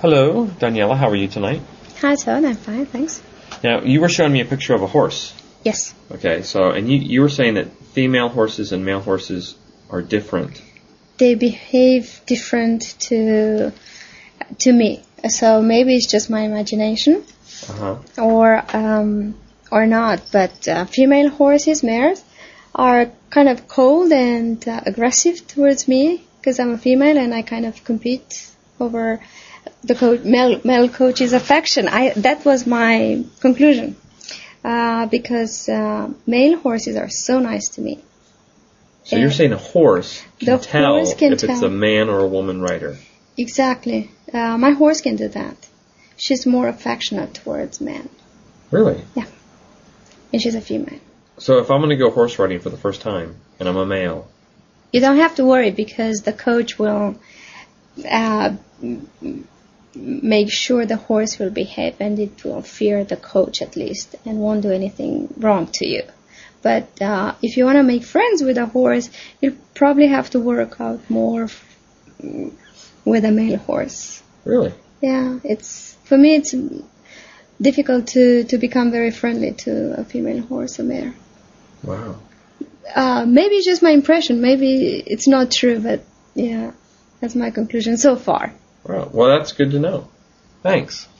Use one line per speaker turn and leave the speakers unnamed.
Hello, Daniela. How are you tonight?
Hi, Todd. I'm fine, thanks.
Now, you were showing me a picture of a horse.
Yes.
Okay, so, and you, you were saying that female horses and male horses are different.
They behave different to to me. So maybe it's just my imagination,
Uh huh.
or um, or not. But uh, female horses, mares, are kind of cold and uh, aggressive towards me because I'm a female and I kind of compete over the coach, male male coach's affection. I that was my conclusion uh, because uh, male horses are so nice to me.
So you're saying a horse can
The
tell
horse can
if it's
tell.
a man or a woman rider.
Exactly. Uh, my horse can do that. She's more affectionate towards men,
Really?
and she's a female.
So if I'm going to go horse riding for the first time and I'm a male,
You don't have to worry because the coach will uh, m- m- make sure the horse will behave and it will fear the coach at least and won't do anything wrong to you. But uh, if you want to make friends with a horse, you'll probably have to work out more f- with a male horse.
really?
Yeah, it's for me it's difficult to to become very friendly to a female horse or mare.
Wow.
Uh, maybe it's just my impression. Maybe it's not true, but yeah, that's my conclusion so far.
Wow. Well, that's good to know. Thanks.